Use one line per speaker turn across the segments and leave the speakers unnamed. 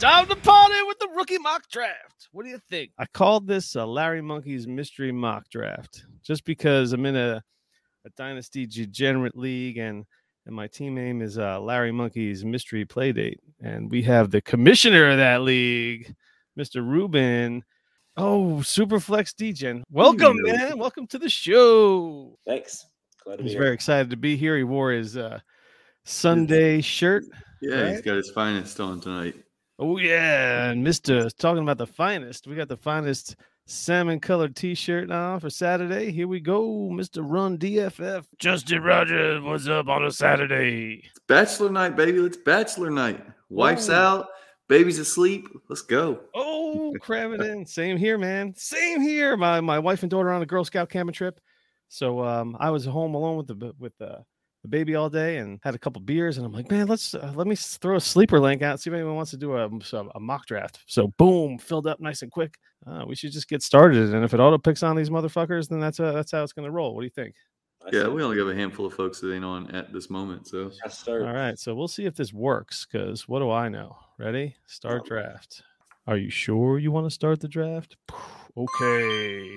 Time to party with the rookie mock draft. What do you think?
I called this uh, Larry Monkey's mystery mock draft just because I'm in a, a dynasty degenerate league and and my team name is uh, Larry Monkey's mystery playdate and we have the commissioner of that league, Mr. Rubin. Oh, Superflex Degen. Welcome,
Hello.
man. Welcome to the show.
Thanks. Glad to be
He's
here.
very excited to be here. He wore his uh, Sunday shirt.
Yeah, he's
Right?
got his finest on tonight.
Oh yeah, and Mister talking about the finest. We got the finest salmon colored T-shirt now for Saturday. Here we go, Mister Run DFF. Justin Rogers was up on a Saturday.
It's bachelor night, baby. Let's bachelor night. Wife's
Whoa.
out, baby's asleep. Let's go.
Oh, cramming in. Same here, man. Same here. My my wife and daughter on a Girl Scout camping trip, so um, I was home alone with the b- with the, the baby all day and had a couple beers, and I'm like, man, let's uh, let me s- throw a sleeper link out, see if anyone wants to do a so- a mock draft. So boom, filled up nice and quick. Uh, we should just get started, and if it auto picks on these motherfuckers, then that's uh, that's how it's gonna roll. What do you think?
I
Yeah,
said,
we only have a handful of folks that ain't on at this moment. So
I start.
All right, so we'll see if this works because what do I know? Ready? Start
Oh.
draft. Are you sure you want to start the draft? Okay.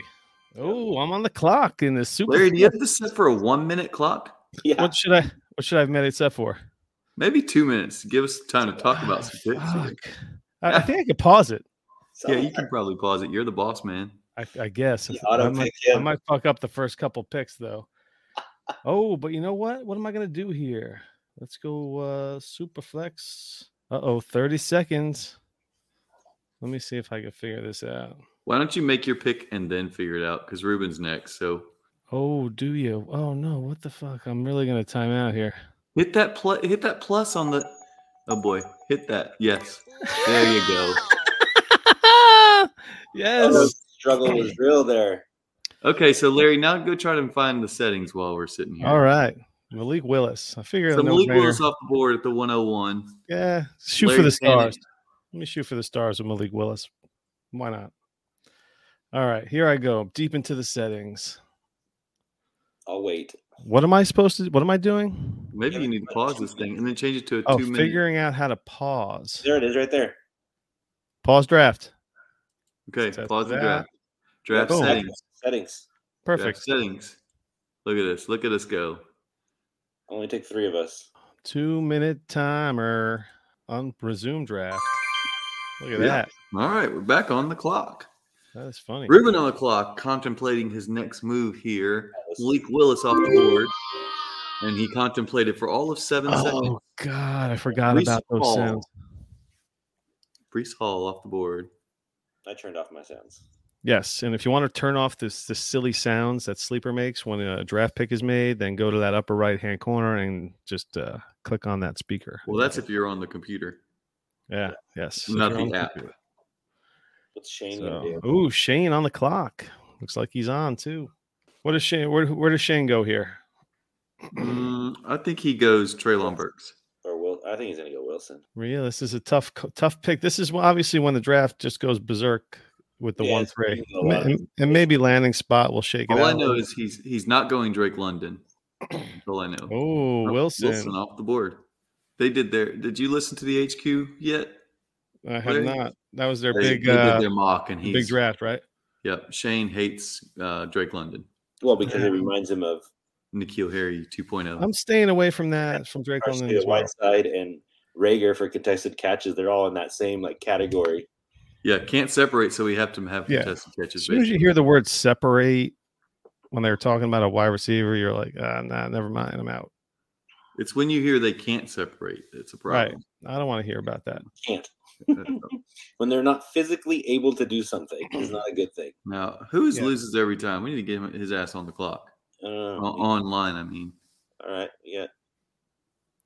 Oh, I'm on the clock in this super.
Larry, do you
flex.
have this set for a one minute clock?
Yeah.
What should I? What should I have made it set for?
Maybe two minutes. Give us time to talk about some picks.
Fuck. I, I think I could pause it.
So,
Yeah, you can probably pause it. You're the boss, man.
I, I guess.
you
if- I
auto
might-
pick
I
him.
might fuck up the first couple picks though. Oh, but you know what? What am I gonna do here? Let's go uh superflex. Uh oh, 30 seconds. Let me see if I can figure this out.
Why don't you make your pick and then figure it out? Because Ruben's next. So
Oh, do you? Oh no, what the fuck? I'm really gonna time out here.
hit that plus. Hit that plus on the. Oh boy, hit that. Yes, there you go.
The
yes.
struggle was real there.
Okay, so Larry, now go try to find the settings while we're sitting here.
All right. Malik Willis. I figure
So
no
Malik Willis
brainer.
off the board at the 101.
Yeah. Shoot for
Larry
the
Tanner.
stars. Let me shoot for the stars with Malik Willis. Why not? All right, here I go. Deep into the settings.
I'll wait.
What am I supposed to what am I doing?
Maybe you need to pause this thing and then change it to a
Oh,
two minute.
figuring out how to pause.
There it is right there.
Pause draft.
Okay,
Test
pause the
that.
draft. Draft
Boom.
settings.
Settings.
Draft
Perfect.
settings. Look at this. Look at us go.
Only took three of us.
Two minute timer. On resume draft. Look at
Yeah.
that.
All right, we're back on the clock.
That is funny.
Ruben on the clock, contemplating his next move here.
That was-
Malik Willis off the board, and he contemplated for all of seven seconds.
Oh God, I forgot
Brees
about those
Hall.
sounds.
Brees Hall off the board.
I turned off my sounds.
Yes, and if you want to turn off this the silly sounds that sleeper makes when a draft pick is made, then go to that upper right hand corner and just uh, click on that speaker.
Well, that's if you're on the computer.
yeah, yes, if
Not
you're
the
on
app.
computer.
What's Shane
So-
gonna do?
Ooh, Shane on the clock. Looks like he's on too. What does Shane? Where, where does Shane go here?
Mm, I think he goes Traylon Burks.
Or Will? I think he's gonna go Wilson.
Real, this is a tough, co- tough pick. This is wh- obviously when the draft just goes berserk with the
Yeah,
one
it's gonna
three,
be a lot of-
and, and maybe landing spot will shake it
All
out.
I know is he's he's not going Drake London. That's all I know.
oh,
Wilson off the board. They did their. Did you listen to the HQ yet?
I have
Larry?
not. That was their
They-
big
they did
uh,
their mock, and he's
big draft, right?
Yep, Shane hates uh, Drake London.
Well, because it reminds him of
Nikhil Harry oh. 2.0.
I'm staying away from that from Drake London
Garcia
as well.
Whiteside and Rager for contested catches. They're all in that same like category.
yeah, can't separate, so we have to have
Yeah.
contested
As
catches.
soon as you
basically.
hear the word separate when they were talking about a wide receiver, you're like, ah, nah, never mind, I'm out.
it's when you hear they can't separate. It's a
Right.
problem.
I don't want to hear about that.
Can't
Right.
when they're not physically able to do something is not a good thing.
now, who's
Yeah. Oh,
loses every time? We need to get him, his ass on the clock.
Uh,
O- online, I mean.
All right, yeah.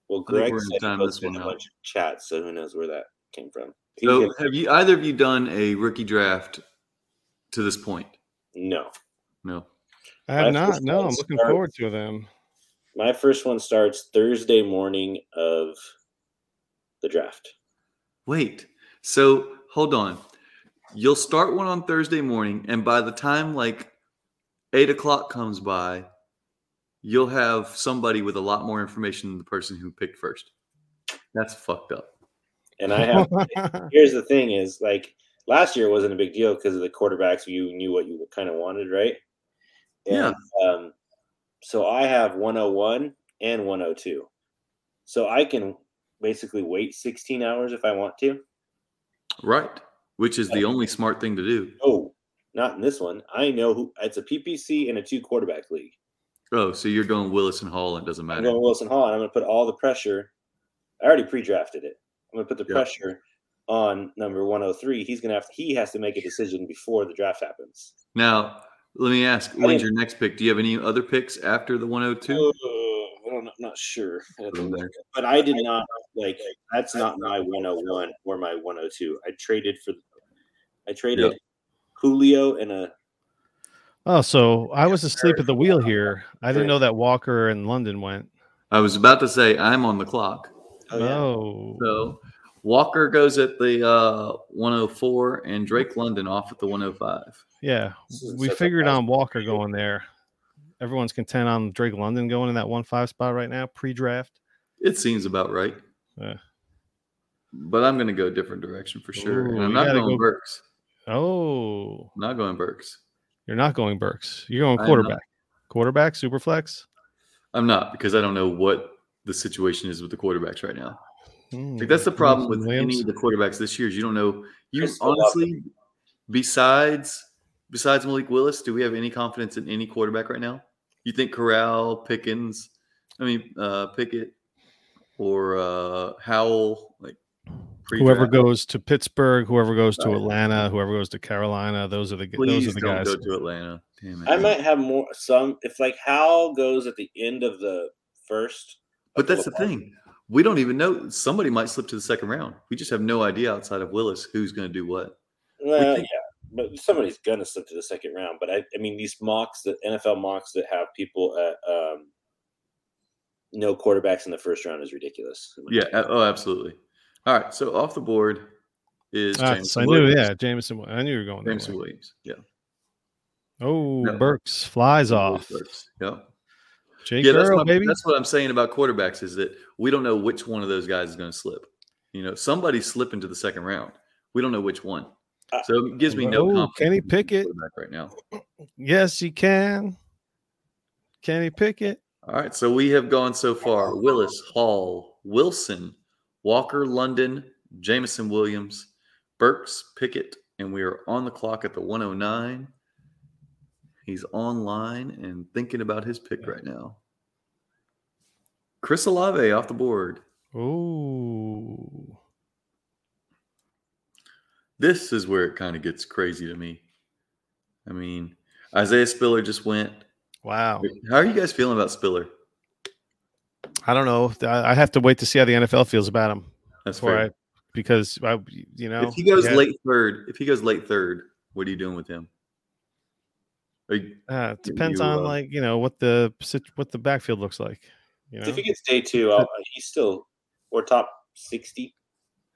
Well,
I think
Greg
we're in
said he
time this
posted
one
a
out.
bunch of chats, so who knows where that came from? He
So,
did-
have you either of you done a rookie draft to this point?
no,
No.
I have
That's
not.
just
No,
how it
I'm looking
starts.
forward to them.
my first one starts Thursday morning of the draft.
Wait. So hold on. You'll start one on Thursday morning, and by the time like eight o'clock comes by, you'll have somebody with a lot more information than the person who picked first. That's fucked up.
And I have here's the thing is like last year wasn't a big deal because of the quarterbacks you knew what you kind of wanted right
Yeah.
yeah um, so i have 101 and 102 so i can basically wait 16 hours if i want to
Right. Which is the only smart thing to do.
oh not in this one i know who it's a ppc and a two quarterback league
Oh, so you're going Willis and Hall and it doesn't
i'm
matter.
going wilson hall and i'm going to put all the pressure i already pre-drafted it i'm going to put the
Yeah.
pressure on number 103 he's going to have to, he has to make a decision before the draft happens
Now, let me ask, when's your next pick? Do you have any other picks after the 102?
Uh, I don't, know- I'm not sure. I have to
From
look.
there.
But I did not like. That's not my 101 or my 102. I traded for. I traded Julio and a.
Oh, so I was asleep at the wheel here. I didn't
Right.
know that Walker and London went.
I was about to say I'm on the clock.
Oh, yeah.
Oh,
So Walker goes at the uh, 104 and Drake London off at the 105.
yeah.
This is
We
such a
figured
fast-
on Walker going there. Everyone's content on Drake London going in that one five spot right now, pre-draft.
It seems about right.
Yeah.
But I'm going to go a different direction for sure.
Ooh,
and I'm
you
not
gotta
going
go-
Burks.
Oh,
I'm not going Burks.
you're not going Burks. You're going
I'm not.
quarterback. Quarterback, super flex.
I'm not because I don't know what the situation is with the quarterbacks right now.
Hmm,
Like that's the problem with
Jamison Williams.
any of the quarterbacks this year. Is you don't know. You
Chris Olave.
honestly, besides besides Malik Willis, do we have any confidence in any quarterback right now? You think Corral, Pickens, I mean uh, Pickett, or uh, Howell, like
whoever
pre-draft?
goes to Pittsburgh, whoever goes to
Right.
Atlanta, whoever goes to Carolina, those are the g-
Please
those are the
don't
guys.
go to Atlanta. Damn it.
I might have more. Some if like Hal goes at the end of the first.
But that's the thing. We don't even know. Somebody might slip to the second round. We just have no idea outside of Willis who's going to do what.
Well,
think-
yeah, but somebody's gonna slip to the second round. But I, I mean, these mocks, the NFL mocks that have people at um, no quarterbacks in the first round is ridiculous.
Yeah. a- Oh, absolutely. All right. So off the board is
Ah,
James.
so I knew, yeah, Jameson. Wi- I knew you were going there.
Jameson Williams. Yeah.
Oh,
No.
Burks flies off.
Yeah.
Jake
Yeah, that's,
Earl,
my,
baby.
that's what I'm saying about quarterbacks is that we don't know which one of those guys is going to slip. You know, somebody's slipping to the second round. We don't know which one.
Uh,
So it gives me no
oh,
confidence.
Kenny
in the
Pickett.
quarterback Right now.
Yes, he can. Can he pick it?
All right, so we have gone so far: Willis, Hall, Wilson, Walker, London, Jameson Williams, Burks, Pickett, and we are on the clock at the 109. He's online and thinking about his pick right now. Chris Olave off the board.
Oh,
This is where it kind of gets crazy to me. I mean, Isaiah Spiller just went.
wow.
How are you guys feeling about Spiller?
I don't know. Th- I I have to wait to see how the NFL feels about him
That's
before I,
fair.
because I, you know,
If he goes
yeah,
late third, if he goes late third, what are you doing with him? Are you-
uh, it depends
you,
on
uh,
like you know what the sit- what the backfield looks like. You know,
If he gets day two, I'll, uh, he's still or top sixty.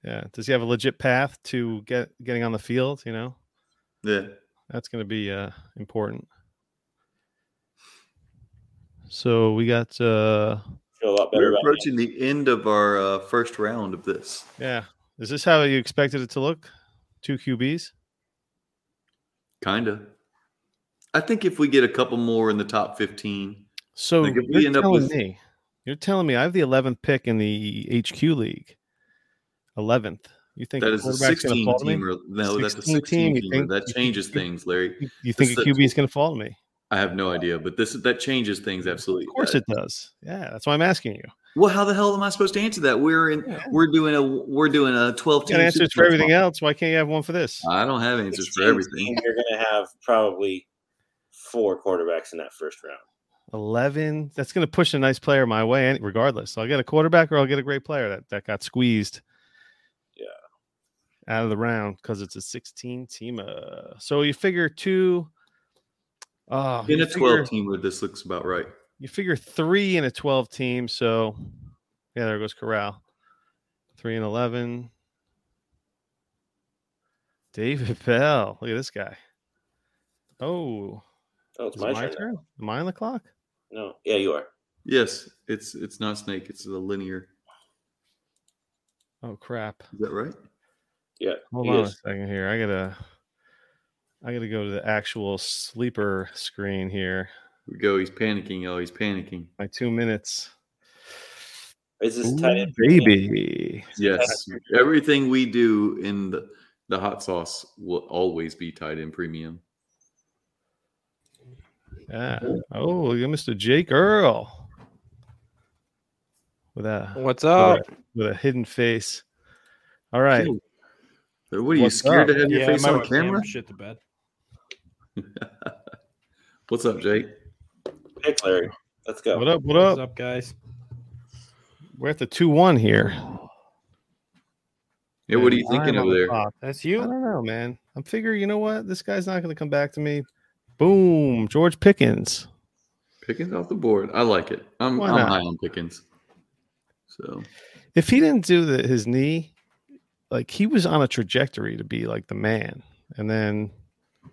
yeah. Does he have a legit path to get getting on the field? You know,
yeah.
that's going to be uh, important. So we got uh,
Feel a lot better.
We're
About it.
approaching the end of our uh, first round of this.
yeah. Is this how you expected it to look? Two QBs.
Kinda. I think if we get a couple more in the top fifteen,
So
Like, if we
you're
end up
telling
with-
me, you're telling me I have the 11th pick in the HQ league, 11th. You think
that
a
is a
quarterback's gonna
sixteen
fall to me?
teamer. No, that's
16
a
team,
sixteen
you
teamer.
think-
That
you think-
changes things, Larry.
You- You think
This
a
is-
QB is going to fall to me?
I have no idea, but this that changes things absolutely.
Of course it does. Yeah, that's why I'm asking you.
Well, how the hell am I supposed to answer that? We're in.
Yeah.
We're doing a. We're doing a twelve
You got
team.
answers for everything else. Why can't you have one for this?
I don't have answers for
16,
everything.
and You're going to have probably four quarterbacks in that first round.
11. That's going to push a nice player my way, any- regardless. So I'll get a quarterback or I'll get a great player that, that got squeezed.
Yeah.
Out of the round because it's a 16 team. Uh, so you figure two. Oh,
In
you
a
figure-
twelve teamer, this looks about right.
you figure three in a 12 team. So, yeah, there goes Corral. Three and 11. David Bell. Look at this guy. Oh,
Oh, it's
is
my,
it my
turn. now.
turn? Am I on the clock?
No, yeah, you are.
Yes, it's it's not snake. It's the linear.
Oh crap!
Is that right?
Hold
He
on a
is.
second here. I gotta, I gotta go to the actual sleeper screen here.
Here we go. He's panicking. Oh, he's panicking.
My two minutes.
Is this
Ooh,
tight end?
baby.
Yes. Everything we do in the, the hot sauce will always be tied in premium.
Yeah. Oh, look at Mr. Jake Earl with a
What's up?
with a hidden face. All right.
Dude, What are you
What's
scared
up?
to have your
Yeah,
face
my
on
webcam
camera?
Shit to bed.
What's up, Jake?
Pick Larry. Let's go.
What up? What
What's
up?
up, guys?
We're at the two one here.
Yeah, what are
And
you thinking
I'm on
over there?
top.
That's
I
you.
don't know, man. I'm figuring. You know what? This guy's not going to come back to me. Boom, George Pickens.
Pickens off the board. I like it. I'm,
Why
I'm
not?
high on Pickens. So
If he didn't do the, his knee, like he was on a trajectory to be like the man, and then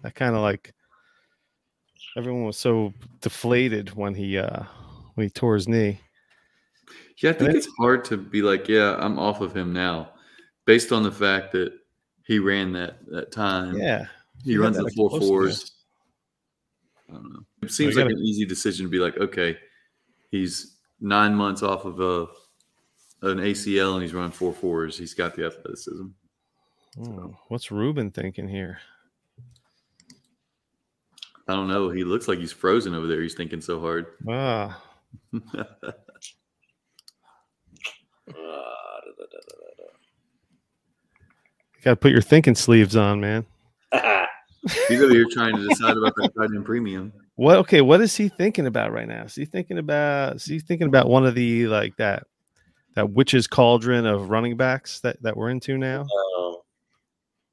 that kind of like everyone was so deflated when he uh when he tore his knee.
yeah, I think
then-
it's hard to be like, yeah, I'm off of him now, based on the fact that he ran that that time.
Yeah,
he runs
had
the
that
four
explosiveness.
fours. I don't know. It seems
gotta-
like an easy decision to be like, okay, he's nine months off of a an ACL and he's running four fours. He's got the athleticism.
Hmm, What's Ruben thinking here?
I don't know. He looks like he's frozen over there. He's thinking so hard.
Ah,
Ah, da, da, da, da, da, da.
got to put your thinking sleeves on, man.
Ah,
He's over here trying to decide about that tight end premium.
What okay, what is he thinking about right now? Is he thinking about is he thinking about one of the like that that witch's cauldron of running backs that, that we're into now?
um,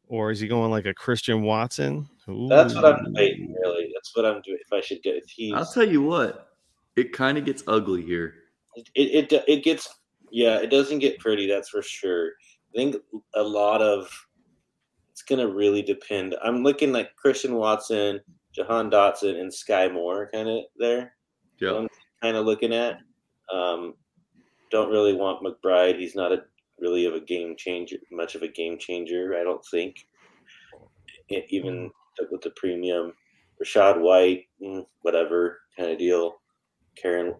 Or is he going like a Christian Watson? Ooh.
that's what I'm debating. Really, that's what I'm doing. If I should go, if he's
I'll tell you what, it kind of gets ugly here.
it, it it gets yeah it doesn't get pretty that's for sure i think a lot of it's gonna really depend i'm looking like christian watson jahan dotson and sky moore kind of there
Yeah.
kind of looking at um don't really want mcbride he's not a really of a game changer much of a game changer i don't think E- even with the premium rashad white mm, whatever kind of deal karen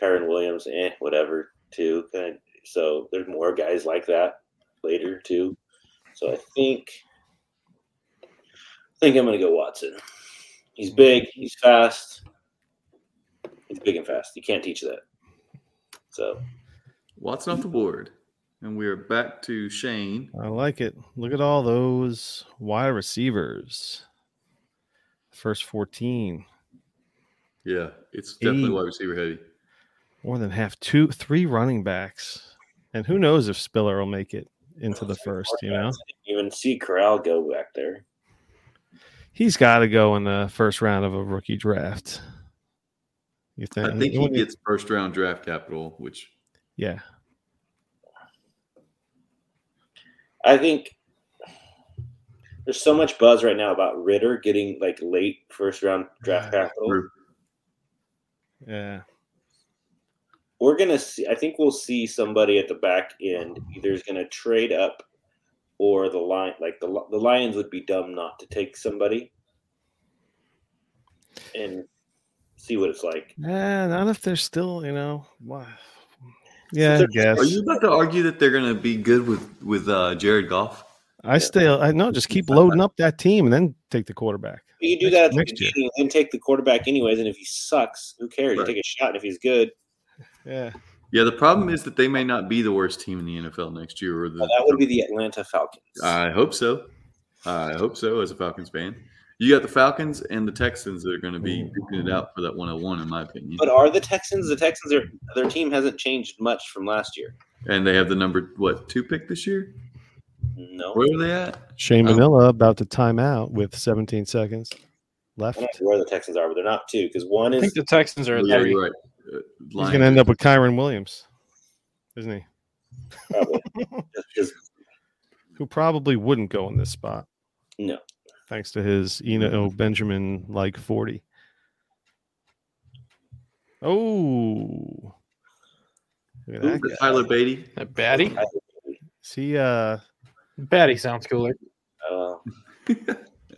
Kyron Williams, eh, whatever, too. Kind of, so there's more guys like that later too. So I think, I think I'm gonna go Watson. He's big. He's fast. He's big and fast. You can't teach that. So
Watson off the board. And we are back to Shane.
I like it. Look at all those wide receivers. First 14.
Yeah, it's definitely
Eight.
wide receiver heavy.
More than half two three running backs. And who knows if Spiller will make it into the first, you know?
I didn't even see Corral go back there.
He's gotta go in the first round of a rookie draft. You think,
I think he
wouldn't you-
gets first round draft capital, which
yeah.
I think there's so much buzz right now about Ritter getting like late first round draft capital.
Yeah.
we're gonna see i think we'll see somebody at the back end either is gonna trade up or the lion like the, Li- the lions would be dumb not to take somebody and see what it's like
Yeah, not if they're still, you know, wow. Yeah, I
they're-
guess.
are you about to argue that they're gonna be good with with uh, Jared Goff?
I still, I know, just keep loading up that team and then take the quarterback.
But you do that at the
Next year.
beginning and take the quarterback anyways and if he sucks who cares
Right.
you take a shot and if he's good
Yeah.
Yeah, the problem is that they may not be the worst team in the NFL next year or the
that would be the atlanta falcons
I hope so. I hope so as a Falcons fan. You got the Falcons and the Texans that are going to be duking it out for that 101, in my opinion.
but uh, are the texans the texans are their team hasn't changed much from last year
And they have the number, what, two pick this year?
no
Where are they at?
Shane
Oh.
Manila about to time out with 17 seconds
i don't
left.
know where the texans are but they're not two because one
I
is
think the Texans are
Oh,
at
yeah,
three.
you're right. Uh,
He's
Lions.
going to end up with Kyron Williams, isn't he?
probably just 'cause
Who probably wouldn't go in this spot.
No.
Thanks to his Eno Benjamin like 40. Oh. Look at
Ooh,
that
the
guy.
Tyler Beatty.
At Batty.
I
Is he uh
Batty sounds cooler.
Uh,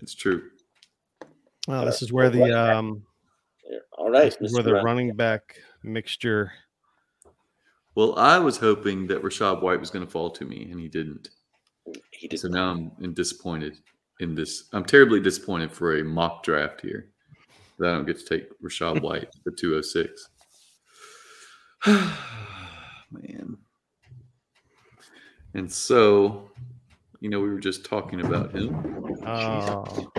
It's true.
oh this is where the um
yeah. All right,
this is where
Mr.
the
Run-
running back mixture
Well, I was hoping that Rashad White was going to fall to me, and he didn't.
he did
So now I'm in- disappointed in this. I'm terribly disappointed for a mock draft here that I don't get to take Rashad White for 206. Man. And so, you know, we were just talking about him.
oh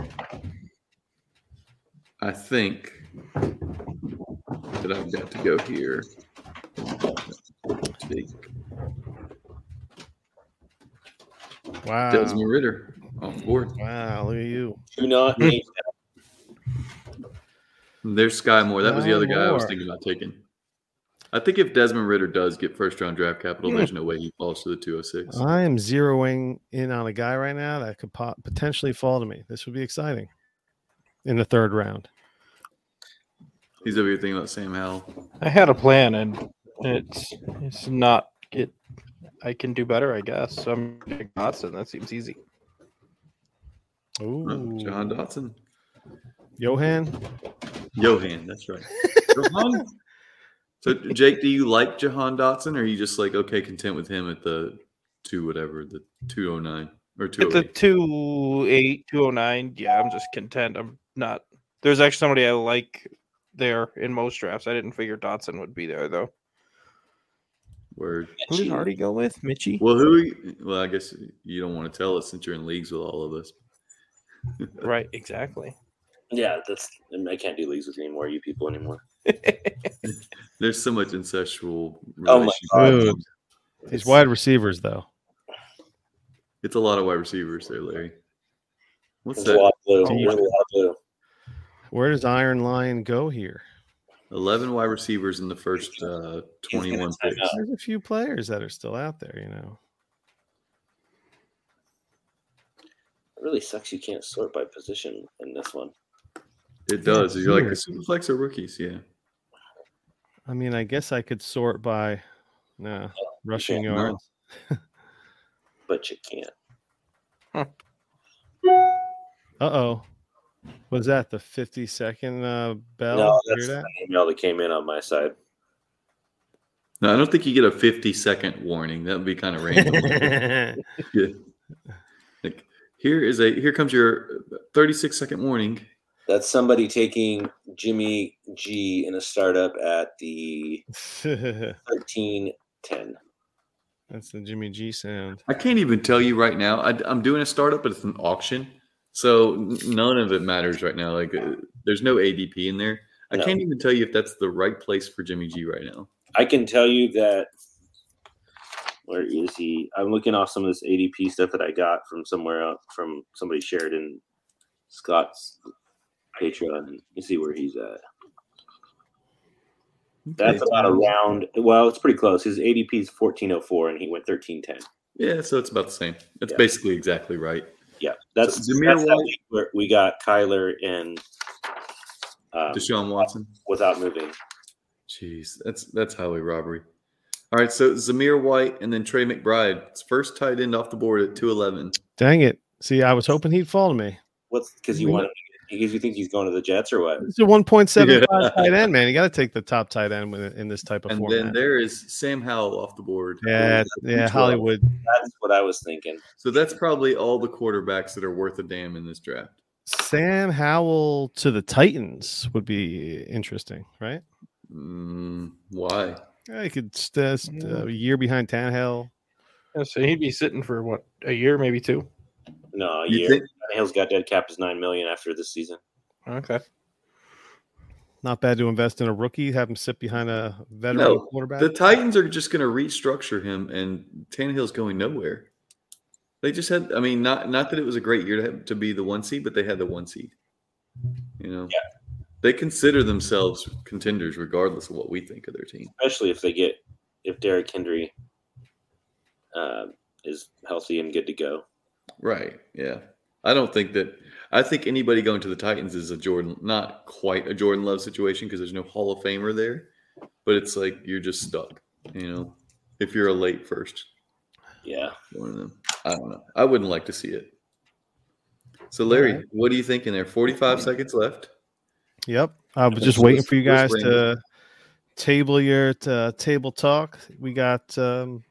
I think that I've got to go here. Take
wow Uh,
Desmond Ritter off board.
wow look at you
do not need
There's Sky Moore. That was the
Sky
other guy I was
Moore.
thinking about taking. I think if Desmond Ritter does get first round draft capital,
Hmm.
there's no way he falls to the 206.
I am zeroing in on a guy right now that could po- potentially fall to me this would be exciting in the third round
He's over here thinking about Sam Howell.
I had a plan and it's it's not it I can do better, I guess. So I'm picking Dotson. That seems easy.
Huh,
Ooh.
John uh, Dotson.
Johan
Johan, that's right. Johan. So, Jake, do you like Jahan Dotson or are you just like, okay, content with him at the two, whatever, the 209 or
At the
208?
208, 209, yeah, I'm just content. I'm not there's actually somebody I like there in most drafts. I didn't figure Dotson would be there though.
Word.
Who did
Mitchie.
Hardy go with? Mitchie?
Well, who? Are you, well, I guess you don't want to tell us since you're in leagues with all of us.
Right, exactly.
Yeah, that's I, mean, I can't do leagues with you anymore, you people anymore.
There's so much incestual.
Oh my
relationships.
Dude, these wide receivers though
It's a lot of wide receivers there, Larry. What's
It's a
that?
lot
Deep.
of blue. Really a lot of blue.
where does Iron Lion go here
Eleven wide receivers in the first uh,
gonna
twenty-one
time
picks.
out.
there's a few players that are still out there you know
It really sucks you can't sort by position in this one.
It does. You're like the
weird.
superflex or rookies, yeah.
I mean I guess I could sort by
Oh,
nah, rushing
no.
yards
But you can't.
Uh oh. Was that the 50 second uh, bell?
no,
You
that's
hear
the email that came in on my side.
No, I don't think you get a fifty-second warning. That would be kind of random.
that?
like, here is a here comes your thirty-six-second warning.
That's somebody taking Jimmy G in a startup at the thirteen ten.
that's the Jimmy G sound.
I can't even tell you right now. I, am doing a startup, but it's an auction, so n- none of it matters right now. Like, uh, there's no ADP in there. I
No.
can't even tell you if that's the right place for Jimmy G right now.
I can tell you that. Where is he? I'm looking off some of this ADP stuff that I got from somewhere else, from somebody shared in Scott's Patreon. You can see where he's at. That's
Okay.
about around. Well, it's pretty close. His ADP is 1404, and he went 1310.
Yeah, so it's about the same. That's
Yeah.
basically exactly right.
Yeah, that's,
So Zamir
that's that
White-
week where we got Kyler and um,
Deshaun Watson.
without moving.
Jeez, that's that's highway robbery. All right, so Zamir White and then Trey McBride. It's first tight end off the board at 211.
Dang it. See, I was hoping he'd fall to me.
What's because you
We
want him? Because you think he's going to the Jets or
Mm-hmm.
what?
It's a 1.75
Yeah.
tight end, man. You got to take the top tight end with- in this type of
And
format.
then there is Sam Howell off the board.
yeah, yeah,
212.
Hollywood.
That's what I was thinking.
So that's probably all the quarterbacks that are worth a damn in this draft.
Sam Howell to the Titans would be interesting, right?
Mm, why?
I could st- uh, st-
Yeah.
a year behind Tannehill.
Yeah, So he'd be sitting for what a year, maybe two.
No, a
You
year.
think-
Hill's got dead cap is nine million after this season.
Okay.
Not bad to invest in a rookie, have him sit behind a veteran
No,
quarterback.
The Titans are just going to restructure him, and Tannehill's going nowhere. They just had, I mean, not not that it was a great year to, have, to be the one seed, but they had the one seed. You know,
Yeah.
they consider themselves contenders regardless of what we think of their team.
Especially if they get if Derek Henry uh, is healthy and good to go.
Right. Yeah. I don't think that. I think anybody going to the Titans is a Jordan, not quite a Jordan Love situation because there's no Hall of Famer there, but it's like you're just stuck. You know, if you're a late first.
Yeah.
One of them. I don't know. I wouldn't like to see it. So, Larry,
Alright.
what are you thinking there? 45 seconds left.
Yep. I was
Okay,
just
so
waiting
let's-
for you guys
let's
to table your uh, table talk. We got um,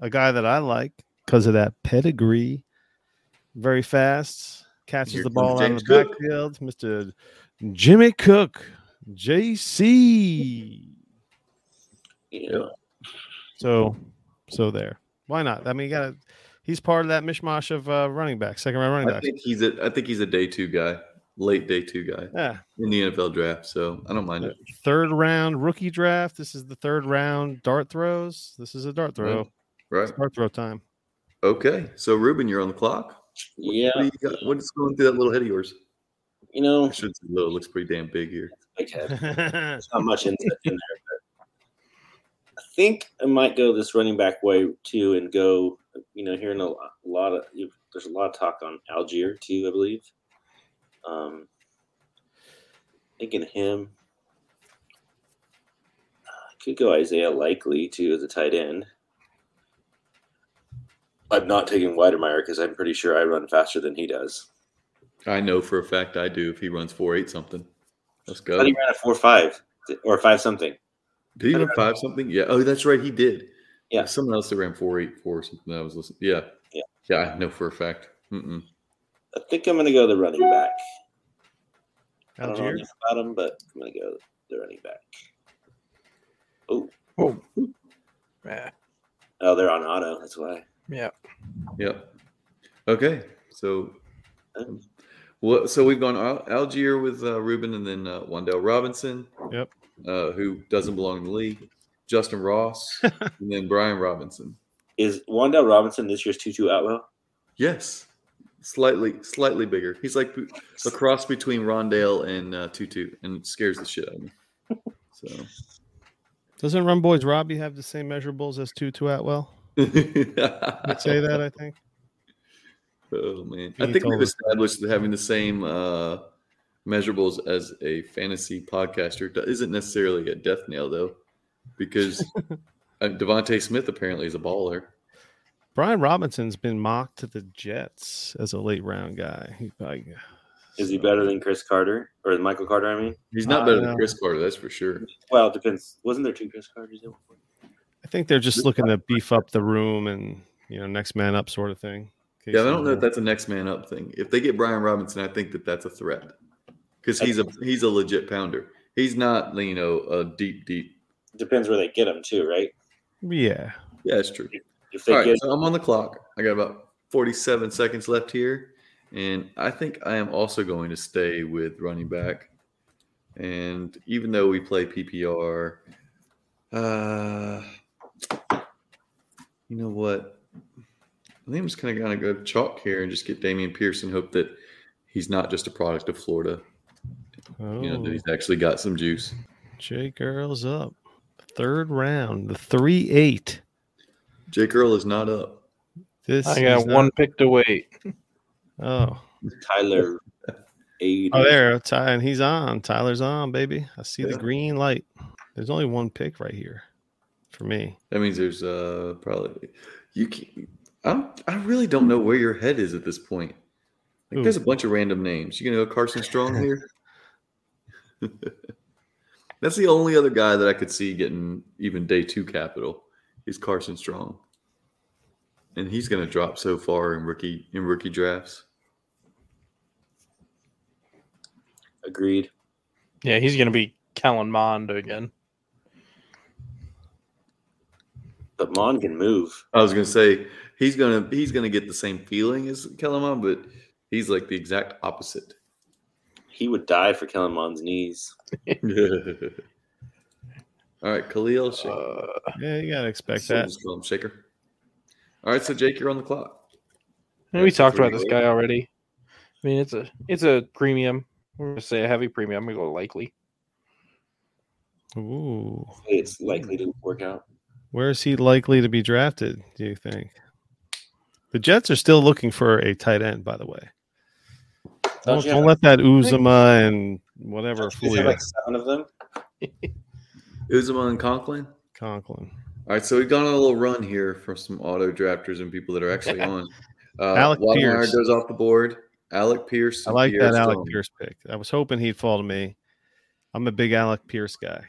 a guy that I like because of that pedigree. Very fast, catches
Here
the
comes
ball out of
James
the
Cook.
backfield. Mr. Jimmy Cook, JC.
You know,
So, so there. Why not? I mean, you got to. He's part of that mishmash of uh, running back, second round running
I
back.
think he's a I think he's a day two guy, late day two guy
Yeah,
in the NFL draft. So I don't mind it.
third round rookie draft. This is the third round dart throws. This is a dart throw.
Right.
It's dart throw time.
Okay. So Ruben, you're on the clock.
Yeah.
What do you got? What's going through that little head of yours?
You know,
I should say little. It looks pretty damn big here.
big head.
okay.
There's not much insight in there. But I think I might go this running back way too, and go. You know, hearing a lot, lot of you- there's a lot of talk on Algier too. I believe. Um, thinking him. I could go Isaiah Likely too as a tight end. I'm not taking Weidemeyer because I'm pretty sure I run faster than he does.
I know for a fact I do if he runs four eight something. Let's
I
go.
thought he ran a four five or five something.
Did he run five something? Yeah. Oh, that's right. He did.
Yeah.
Someone else that ran four eight four or something. That I was listening. Yeah.
Yeah.
Yeah. I know for a fact. Mm-mm.
I think I'm going to go the running back. I don't know
Algier.
enough about him, but I'm gonna go the running back.
Oh. Yeah.
Oh, they're on auto. That's why.
Yeah.
Yep. Okay. So, um, well, so we've gone Al- Algier with uh, Ruben and then uh, Wandell Robinson.
Yep.
Uh, who doesn't belong in the league? Justin Ross and then Brian Robinson.
Is Wandell Robinson this year's Tutu Atwell?
Yes. Slightly, slightly bigger. He's like a cross between Rondale and uh, Tutu, and scares the shit out of me. So.
Doesn't Run Boys Robbie have the same measurables as Tutu Atwell? I'd say that I think.
Oh man,
He
I think
told
we've
us.
established that having the same uh, measurables as a fantasy podcaster do- isn't necessarily a death nail, though, because uh, Devonte Smith apparently is a baller.
Brian Robinson's been mocked to the Jets as a late round guy. He's probably,
Is he
so-
better than Chris Carter or Michael Carter? I mean,
He's not better
Uh,
than Chris Carter, that's for sure.
well, it depends. Wasn't there two Chris Carters? at one point?
I think they're just looking to beef up the room and you know next man up sort of thing.
Yeah, I don't know if that's a next man up thing. If they get Brian Robinson, I think that that's a threat because he's a he's a legit pounder. He's not, you know, a deep deep.
Depends where they get him too, right?
uh, Yeah.
Yeah, it's true.
If they
All right,
get
so I'm on the clock. I got about 47 seconds left here, and I think I am also going to stay with running back. And even though we play PPR, uh, you know what? I think I'm just kind of going to go chalk here and just get Damian Pierce and hope that he's not just a product of Florida.
Oh,
You know, that he's actually got some juice.
Jake Earl's up. Third round, the three eight.
Jake Earl is not up.
This
I got
is not-
one pick to wait.
Oh,
Tyler Aid,
oh, there, Ty, and he's on. Tyler's on, baby. I see
Yeah.
the green light. There's only one pick right here for me.
That means there's uh probably you. Can, I don't, I really don't know where your head is at this point. Like, there's a
Ooh.
bunch of random names. You gonna go Carson Strong here? That's the only other guy that I could see getting even day two capital is Carson Strong, and he's gonna drop so far in rookie in rookie drafts.
agreed.
Yeah, he's gonna be Kellen Mond again.
But Mon can move.
I was gonna say he's gonna he's gonna get the same feeling as Kellerman, but he's like the exact opposite.
He would die for Kellen Mon's knees.
All right, Khalil Shaker.
Uh,
Yeah, you gotta expect
We'll
that.
just call him Shaker. All right, so Jake, you're on the clock.
we
That's a
talked about
three.
this guy already. I mean, it's a it's a premium. We're gonna say a heavy premium. I'm gonna go likely.
Ooh,
It's likely to work out.
where is he likely to be drafted? Do you think? The Jets are still looking for a tight end, by the way. Don't,
you
don't let
have-
that Uzuma and whatever
Is
fool
there
you.
like seven of them?
Uzuma and Conklin.
Conklin.
All right, so we've gone on a little run here from some auto drafters and people that are actually on. Uh,
Alec
Wadmeyer
Pierce.
goes off the board. Alec Pierce.
I
and
like
Pierre
that Alec
Strong.
Pierce pick. I was hoping he'd fall to me. I'm a big Alec Pierce guy.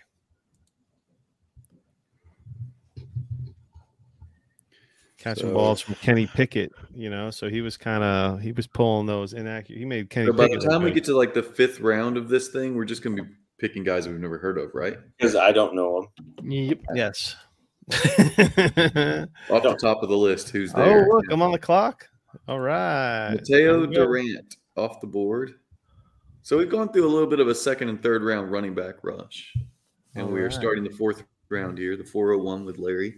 Catching
So-
balls from Kenny Pickett, you know, so he was kind of he was pulling those inaccurate. He made Kenny.
So by the
Pickett look
time we
good.
get to like the fifth round of this thing, we're just going to be picking guys we've never heard of, right?
because I don't know him.
Yep.
yes.
Off the
Don't-
top of the list, who's
oh
there?
look, I'm on the clock. All right,
Mateo
Here we go.
Durant off the board. So we've gone through a little bit of a second and third round running back rush. And
All
we are
right.
starting the fourth round here, the 401 with Larry.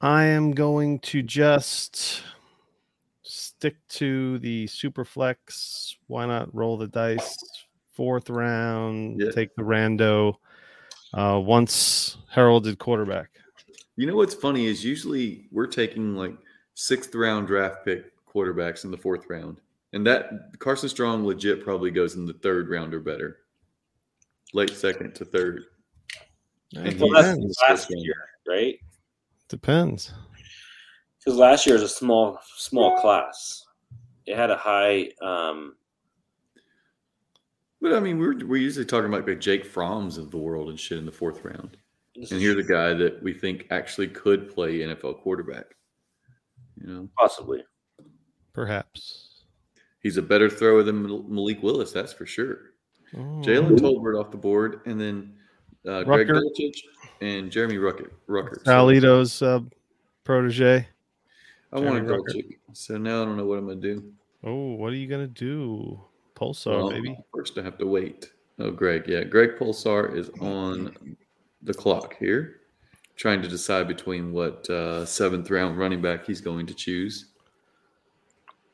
I am going to just stick to the super flex. Why not roll the dice? Fourth round,
Yeah.
take the rando. Uh, once heralded quarterback.
You know what's funny is usually we're taking like sixth round draft pick quarterbacks in the fourth round. And that Carson Strong legit probably goes in the third round or better. Late second to third. And
It
he's
that's-
in the
depends.
sixth
Last
round.
year, right?
depends.
Because last year was a small small class. It had a high. Um,
But I mean, we're, we're usually talking about like Jake Froms of the world and shit in the fourth round. And here's a guy that we think actually could play NFL quarterback. You know,
possibly.
Perhaps.
he's a better thrower than Mal- Malik Willis, that's for sure.
Oh.
Jalen Tolbert off the board, and then uh, Greg
Hmm. Rucker.
Dulcich and Jeremy Rucker. Rucker.
Salito's uh, protege.
I want a
Jeremy Rucker.
Dulcich, so now I don't know what I'm gonna do.
Oh, what are you gonna do? Pulsar,
Well,
maybe.
First, I have to wait. Oh, Greg, yeah, Greg Pulsar is on the clock here, trying to decide between what uh, seventh round running back he's going to choose.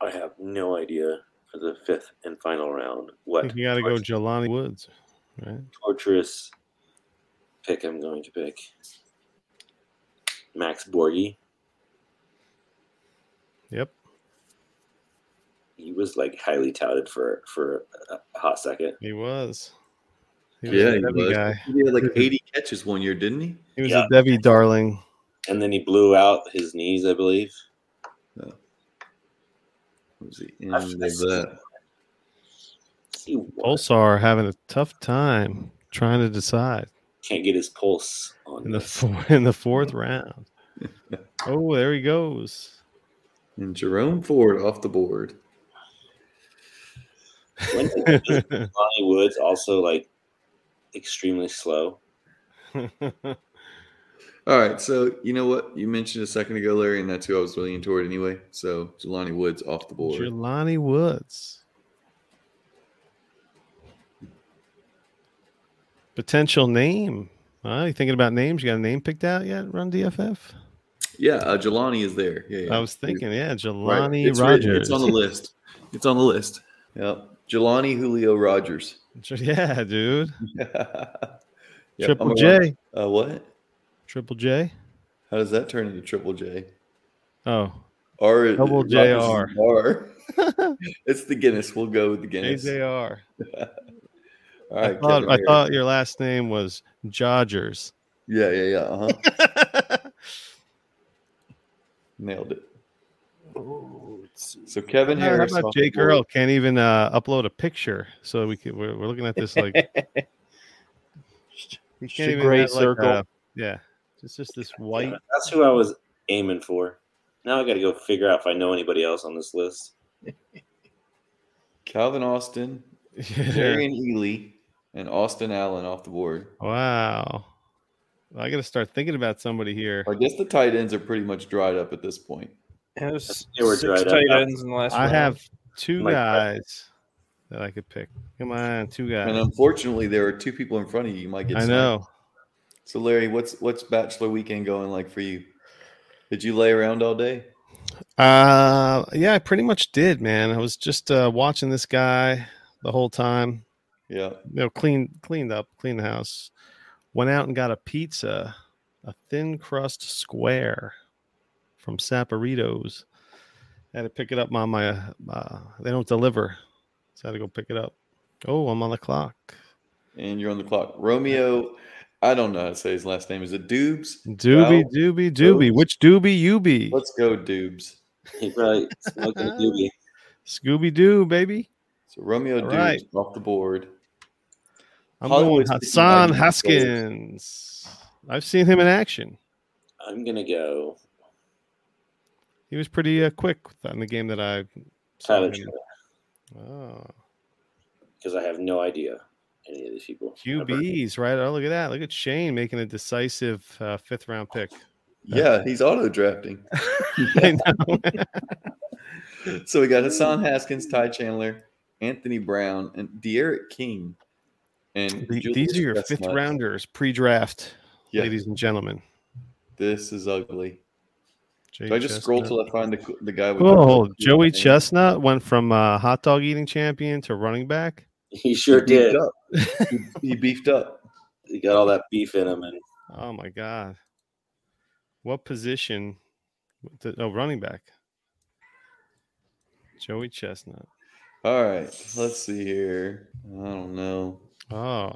I have no idea for the fifth and final round
I
what
think you gotta go Jelani Woods, right?
torturous pick I'm going to pick. Max Borgi.
Yep.
He was like highly touted for for a a hot second.
He was. He
Yeah,
a
he
Debbie
was.
guy.
He had like 80 catches one year, didn't he?
He was
Yeah.
a Debbie darling.
And then he blew out his knees, I believe.
What was the end
I-
of that?
He wa-
Pulsar having a tough time trying to decide
can't get his pulse on
in the
this.
four, in the fourth round. Oh, there he goes.
And Jerome Ford off the board.
When did
yeah,
Lonnie Woods also like extremely slow?
All right, so you know what you mentioned a second ago, Larry, and that's who I was leaning toward anyway. So Jelani Woods off the board.
Jelani Woods. Potential name. Huh? You thinking about names? You got a name picked out yet? Run DFF.
yeah, uh, Jelani is there. Yeah, yeah.
I was thinking, yeah,
Right,
Jelani
it's written,
Rogers.
It's on the list. It's on the list. Yep, Jelani Julio Rogers.
yeah, dude.
Yep,
Triple
I'm a
J.
run- Uh, what?
Triple J.
How does that turn into Triple J?
Oh,
R is-
Double
Rogers is
JR.
an R. it's the Guinness. We'll go with the Guinness.
AJR.
All right,
I thought
Kevin
I
Harris.
thought your last name was Jodgers.
Yeah, yeah, yeah. Uh-huh.
That's
Nailed it. So Kevin
How
Harris.
about
off the
Jake
board.
Earl can't even uh, upload a picture, so we can, we're, we're looking at this like he
Just a
can't even
gray
have, like,
circle.
a- yeah, it's just this white.
Yeah, that's who I was aiming for. Now I got to go figure out if I know anybody else on this list.
Calvin Austin, Darian Healy, and Austin Allen off the board.
Wow, I got to start thinking about somebody here.
I guess the tight ends are pretty much dried up at this point.
There's
They were
six
dried up.
tight ends in the last
I
round.
have two
Mike Tyson.
guys that I could pick. Come on, two
And
guys.
unfortunately, there are two people in front of you. You might get.
I
sacked.
know.
So Larry, what's what's bachelor weekend going like for you? Did you lay around all day?
Uh, yeah, I pretty much did, man. I was just uh, watching this guy the whole time.
Yeah.
you know, cleaned cleaned up, cleaned the house. Went out and got a pizza, a thin crust square from Saparitos. had to pick it up on my. Uh, they don't deliver, so I had to go pick it up. Oh, I'm on the clock.
And you're on the clock. Romeo I don't know how to say his last name. Is it Dubes?
Doobie, doobie, doobie.
those-
Which doobie you be?
Let's go, Dubes.
He probably smoking a doobie.
Scooby Doo, baby.
So Romeo
All
Dubes
right.
off the board.
I'm
Hollywood's
going
picking my
Hassan
young
Haskins. I've seen him in action.
I'm gonna go
He was pretty uh, quick on the game that I saw
Tyler
him in. Oh,
because I have no idea any of these people.
QBs, right? Oh, look at that. Look at Shane making a decisive uh, fifth round pick.
Yeah, he's auto drafting.
I know.
So we got Hassan Haskins, Ty Chandler, Anthony Brown, and De'Eric King. And
The-
Julius
These are your fifth
Chestnut.
rounders pre draft,
Yeah,
ladies and gentlemen.
this is ugly.
Jay
Do I just scroll
Chestnut.
till I find the, the guy? With
Oh, Joey
Chestnut.
Chestnut went from uh, hot dog eating champion to running back.
He sure
He beefed
did.
up. he, he beefed up.
He got all that beef in him, and
Oh my god! What position? th- Oh, running back. Joey Chestnut.
All right, let's see here. I don't know.
Oh,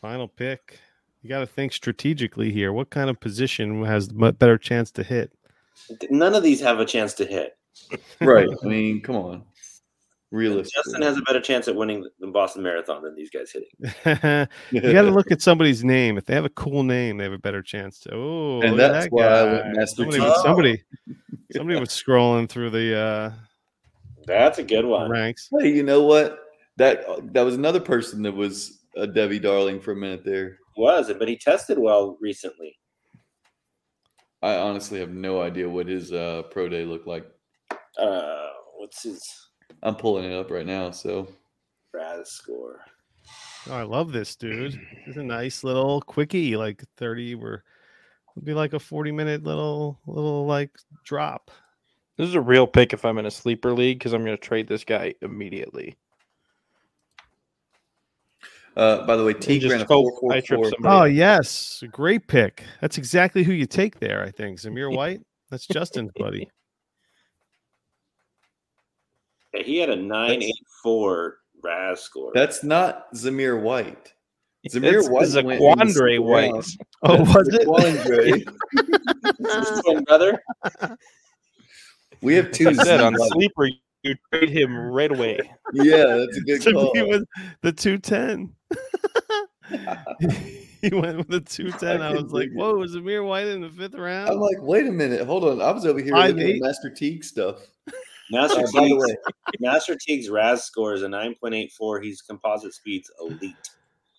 final pick. You got to think strategically here. What kind of position has the mu- better chance to hit?
none of these have a chance to hit.
Right. I mean, come on. Realistic.
Justin has a better chance at winning the Boston Marathon than these guys hitting.
you got to look at somebody's name. If they have a cool name, they have a better chance to. Oh,
And
look at
that's
that
why I went
guy.
Master
somebody,
T.
was, somebody, somebody was scrolling through the
That's a good
uh,
one.
ranks.
Hey, you know what? That that was another person that was a Debbie Darling for a minute there.
Was it? But he tested well recently.
I honestly have no idea what his uh, pro day looked like.
Uh, what's his
I'm pulling it up right now. So
Raz score?
Oh, I love this, dude. This is a nice little quickie, like 30 or would be like a 40 minute little little like drop.
This is a real pick if I'm in a sleeper league because I'm going to trade this guy immediately.
uh, by the way,
And
T
just
ran a
hope
four four
I trip
four.
somebody.
Oh yes. Great pick. That's exactly who you take there, I think. Zamir White. That's Justin's buddy.
Yeah, he had a nine eight four Raz score.
That's not Zamir White. Zamir
It's
White went in the
Zaquandre
second
White.
round.
Oh,
That's
was it?
Zaquandre.
his twin brother.
We have two.
Like I said on
Zs.
sleeper, you trade him right away.
Yeah, that's a good
To
call.
me was the 210. he went with the 210. I
couldn't
was like,
believe it.
whoa, was Zamir White in the fifth round?
I'm like, wait a minute, hold on. I was over here
Five,
looking at
eight.
Master Teague stuff.
Master
Uh, by the
Teague's-
way,
Master Teague's Raz score is a 9.84. His composite speed's elite.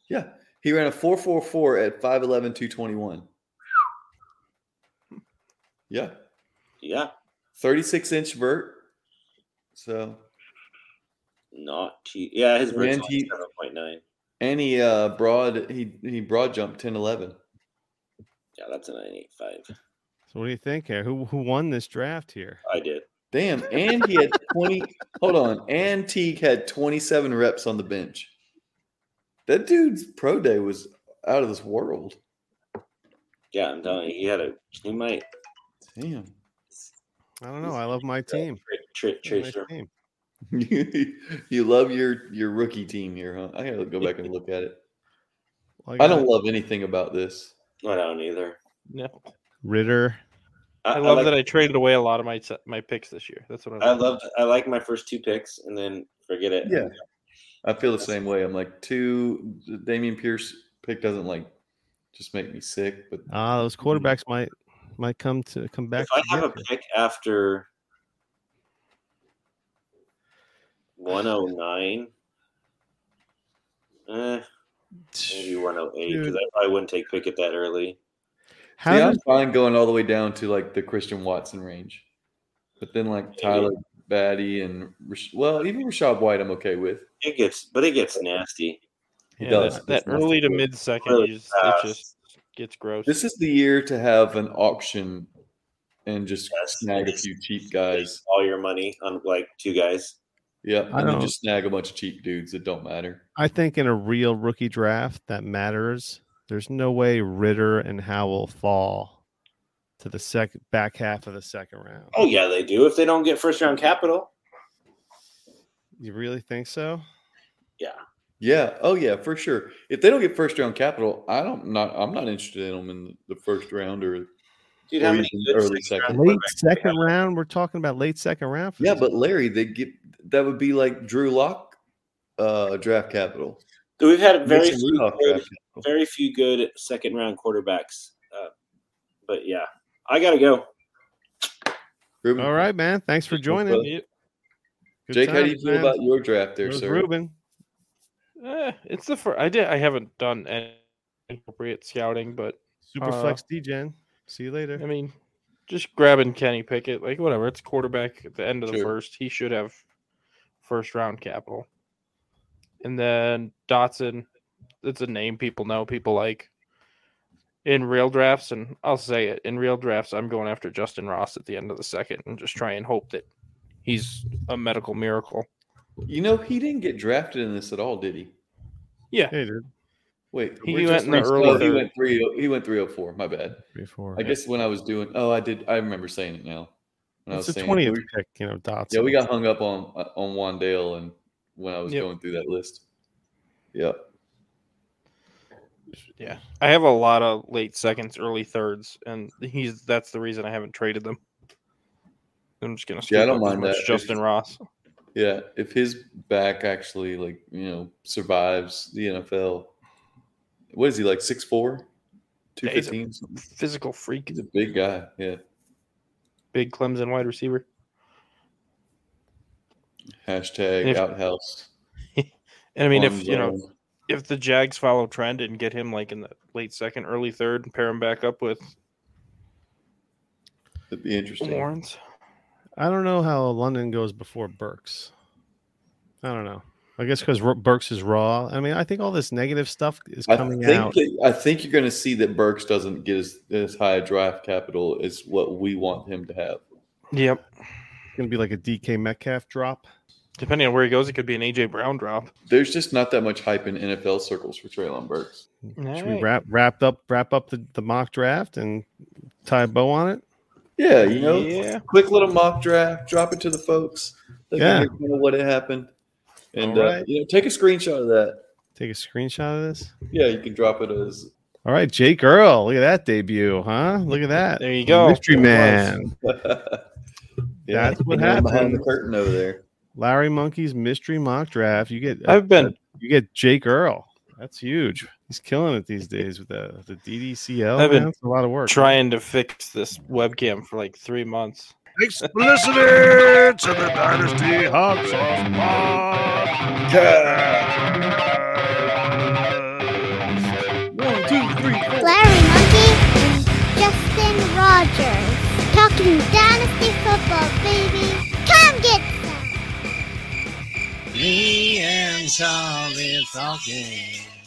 yeah, he ran a 444 at 5'11, 221. Yeah,
Yeah,
36 inch vert. So,
not cheap. Yeah, his vert's
And
only
he-
7.9.
and he uh, broad, he, he broad jumped 10 11.
Yeah, that's a 9.85.
So what do you think here? Who who won this draft here?
I did.
Damn, and he had 20. hold on, and Teague had 27 reps on the bench. That dude's pro day was out of this world.
Yeah, I'm telling you, he had a. He might
Damn.
I don't know. I love my team.
tra-
I love
trace
my
her.
team.
you love your your rookie team here, huh? I gotta go back and look at it.
Well,
I
got
don't love anything about this.
I don't either.
No,
Ritter.
I, love that I traded away a lot of my se- my picks this year. That's what I,
I loved. I like my first two picks, and then forget it.
Yeah. I feel the same way. I'm like two. the Damian Pierce pick doesn't like just make me sick, but
Ah, those quarterbacks might might come to come back.
If I
to
have a
get you.
pick after 109, eh, maybe 108, because I probably wouldn't take Pickett that early.
How
see, I'm
does-
fine going all the way down to like the Christian Watson range. But then like Tyler Batty and Rash- well, even Rashad White, I'm okay with.
It gets, but it gets nasty.
yeah,
does.
that- That,
It's not
early to
good.
mid second,
Really
you just,
fast.
it just gets gross.
This is the year to have an auction and just
Yes.
snag a few cheap guys.
all your money on like two guys.
Yeah,
I
and then
don't-
just snag a bunch of cheap dudes that don't matter.
I think in a real rookie draft that matters, there's no way Ritter and Howell fall to the sec back half of the second round.
Oh yeah, they do. If they don't get first round capital,
You really think so?
yeah.
Yeah. Oh, yeah, for sure. If they don't get first round capital, I don't not. I'm not interested in them in the first round or.
Dude,
or
how many
even
good
early
second
second.
round
Late
quarterbacks do we
second round. We're talking about late second round. for
Yeah,
this.
but Larry, they get that would be like Drew Lock, uh, draft capital.
have? We've had very
Mason
few,
Rudolph
good,
draft capital.
very few good second round quarterbacks. Uh, but yeah, I gotta go.
Ruben,
all right, man. Thanks for joining.
It-
Good
Jake, how do you
times,
feel
man.
about your draft there,
There's
sir?
Ruben.
eh, it's the first. I did. I haven't done any appropriate scouting, but
Superflex DGen. See you later.
I mean, just grabbing Kenny Pickett, like whatever. It's quarterback at the end of the
Sure.
first. He should have first round capital. And then Dotson, it's a name people know, people like. In real drafts, and I'll say it, in real drafts, I'm going after Justin Ross at the end of the second and just try and hope that he's a medical miracle.
You know he didn't get drafted in this at all, did he?
Yeah.
Hey, dude.
Wait,
He
we're
went
just-
in the early
oh, he
third.
went three. He went three hundred four. My bad.
Before
I guess when I was doing, oh, I did. I remember saying it now. When I
it's
was
the
saying it.
twentieth pick. You know, dots.
Yeah, we got hung up on uh, on Wandale and when I was
Yep.
going through that list. Yeah,
Yeah. I have a lot of late seconds, early thirds, and he's that's the reason I haven't traded them. I'm just gonna skip
Yeah, I don't
him 'cause
mind
it's
that.
Justin Ross.
yeah. If his back actually like you know survives the NFL, what is he like? Six four, two
Yeah, he's a-
fifteen.
Physical freak,
He's a big guy. Yeah.
big Clemson wide receiver.
Hashtag
If-
outhouse.
And I mean
on
if you know
zone.
if the Jags follow trend and get him like in the late second, early third and pair him back up with
it'd be interesting.
Lawrence.
I don't know how London goes before Burks. I don't know. I guess because Burks is raw. I mean, I think all this negative stuff is
I
coming
think
out.
that- I think you're going to see that Burks doesn't get as, as high a draft capital as what we want him to have.
Yep.
It's gonna be like a DK Metcalf drop.
Depending on where he goes, it could be an AJ Brown drop.
There's just not that much hype in NFL circles for Traylon Burks.
Should we wrap wrapped up wrap up the, the mock draft and tie a bow on it?
Yeah, you know,
Yeah.
quick little mock draft, drop it to the folks. They
Yeah.
can hear kind of what had happened, and
All
uh,
right.
you know, take a screenshot of that.
Take a screenshot of this.
Yeah, you can drop it as
All right, Jake Earl. Look at that debut, huh? Look at that.
There you go.
Mystery man.
Yeah,
That's what
the man behind the
happens.
curtain over there.
Larry Monkey's mystery mock draft. You get
I've been
you get Jake Earl. That's huge. He's killing it these days with the the DDCL.
I've been
man. That's a lot of work.
trying to fix this webcam for like three months.
Explicitly to the Dynasty Hot Sauce Podcast.
One, two, three, four.
Larry Monkey and Justin Rogers talking dynasty football, baby. Come get some.
Me and Charlie talking.